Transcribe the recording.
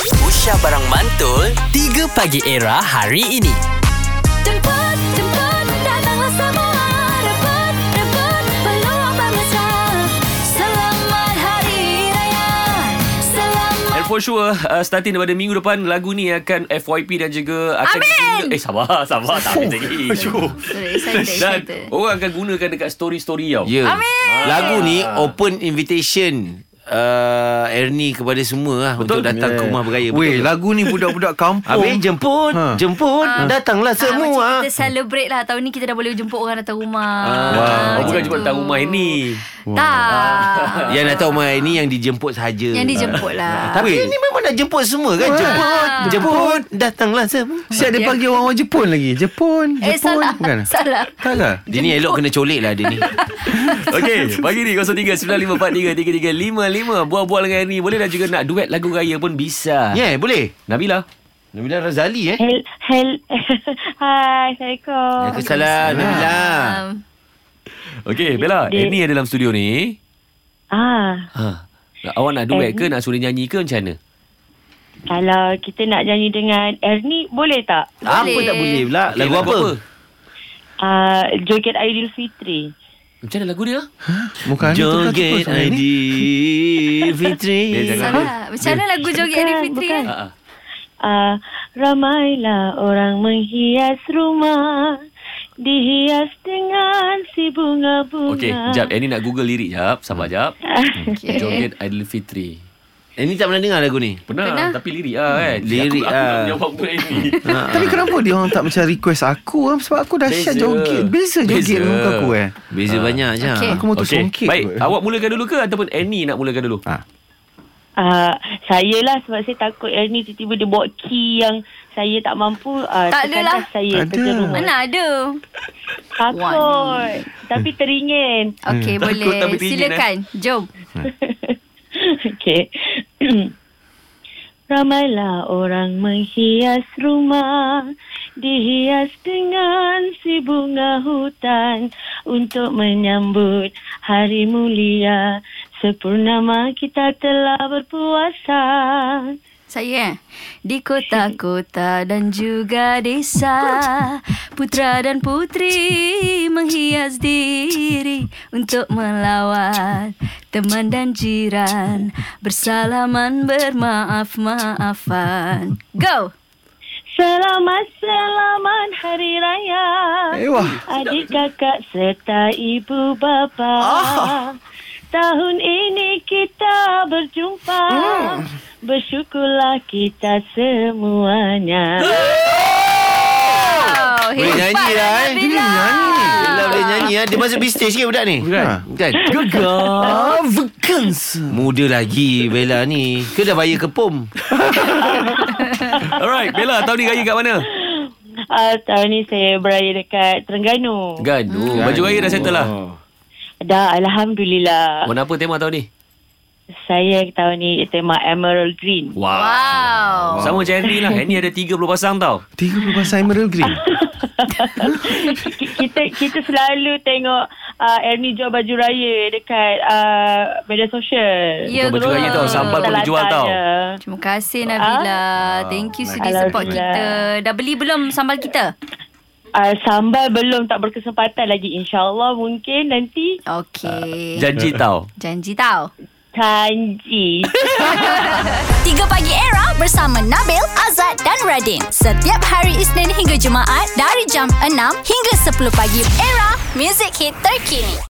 Aisyah Barang Mantul 3 Pagi Era hari ini Jemput, jemput, datanglah semua Rebut, rebut, peluang bangsa Selamat Hari Raya Selamat And for sure uh, Starting daripada minggu depan Lagu ni akan FYP dan juga akan Amin! guna- Eh sabar Sabar tak habis lagi Sorry, excited, Dan Oh. excited orang akan gunakan Dekat story-story tau Ya. Amin. Lagu ni Ah. open invitation uh, Ernie kepada semua lah untuk datang ke rumah beraya. Weh, lagu ni budak-budak kampung. Habis lah. jemput, Ha. jemput, datanglah Ah, macam semua. kita celebrate lah Tahun ni kita dah boleh jemput orang datang rumah Wow. Ah, Bukan macam jemput tu. datang rumah ini Tak Yang nak tahu mai ni yang dijemput saja. Yang Ah. dijemput lah Tapi ni memang nak jemput semua kan? Jemput, jemput, datanglah semua. Siap dia panggil orang-orang Jepun lagi. Jepun, Jepun. Ya. Eh salah Bukan? Salah Tak lah. Dia ni elok kena colik lah dia ni. Okay Pagi ni 03-9543-3355 Buat-buat dengan ni Boleh dan juga nak duet lagu raya pun bisa Ya, yeah, boleh. Nabila Nabila Razali eh. Hel, hel, hai, Assalamualaikum. Waalaikumsalam Nabila. Um, Okay Bella Dia- Annie ada dalam studio ni Ah, ha. Nak- Awak nak duet ke Nak suruh dia nyanyi ke macam mana kalau kita nak nyanyi dengan Ernie, boleh tak? Apa tak boleh pula? Okay, Lagu apa? Ah, joget Aidilfitri. Macam mana lagu dia Muka Kan, ni Joget Aidilfitri. Dia jangan- Salah Macam mana lagu joget Adi Fitri bukan. Ha, ha. Ah, ramailah orang menghias rumah. Dihias dengan si bunga-bunga. Okey, jap. Annie nak google lirik jap. Sabar jap. Mm-hmm. Okay. Joget Aidilfitri. Eh, ni tak pernah dengar lagu ni? Pernah. Pernah, Hmm. Pernah. tapi lirik lah kan. lirik aku, Aku lah. nak jawab untuk Annie. Tapi kenapa dia orang tak macam request aku? ah? Sebab aku dah Beza. syat joget. Beza joget Beza. dengan muka aku eh. Beza banyak je. ha. Okey. Aku eh. mau tu Okey, songkit. baik. kot. Awak mulakan dulu ke ataupun Annie nak mulakan dulu? Ah. Ah, saya lah sebab saya takut Ernie tiba-tiba dia bawa key yang saya tak mampu. Ah, Tak adalah. tekankan saya Tak kerja ada. rumah. Mana ada Takut. Tapi teringin. Hmm. Okey Takut boleh tapi teringin, Silakan Jom Okey. Ramailah orang menghias rumah Dihias dengan si bunga hutan Untuk menyambut hari mulia Sepurnama kita telah berpuasa Saya eh Di kota-kota dan juga desa Putra dan putri menghias diri Untuk melawan teman dan jiran Bersalaman bermaaf-maafan Go! Selamat-selamat Hari Raya Eh, wah. Adik kakak serta ibu bapa Tahun ini kita berjumpa Bersyukurlah kita semuanya Oh, Boleh nyanyi lah eh. Dia nyanyi Yelah boleh nyanyi lah. Dia masuk bisnes sikit budak ni. Bukan. Ha, Bukan. Gegar vacancy. Muda lagi Bella ni. Ke dah bayar kepom? Alright, Bella, tahun ni raya kat mana? Ah, tahun ni saya beraya dekat Terengganu. Gaduh. Baju raya dah settle lah. Dah, Alhamdulillah. Warna apa tema tahun ni? Saya tahun ni tema Emerald Green. Wow. Wow Sama macam Annie lah. Annie ada 30 pasang tau. 30 pasal Emerald Green. Ki- kita kita selalu tengok uh, Ernie jual baju raya dekat uh, media sosial. Ya, Bukan baju ke? raya tau. Hmm. Sambal pun Selatan dijual tau. je. Terima kasih Nabila Ah. Thank you sudi support kita Alhamdulillah. Dah beli belum sambal kita? Uh, sambal belum tak berkesempatan lagi. InsyaAllah mungkin nanti Okey Ah, Janji tau. Janji tau janji. 3 Pagi Era bersama Nabil, Azad dan Radin. Setiap hari Isnin hingga Jumaat dari jam 6 hingga 10 pagi. Era, music hit terkini.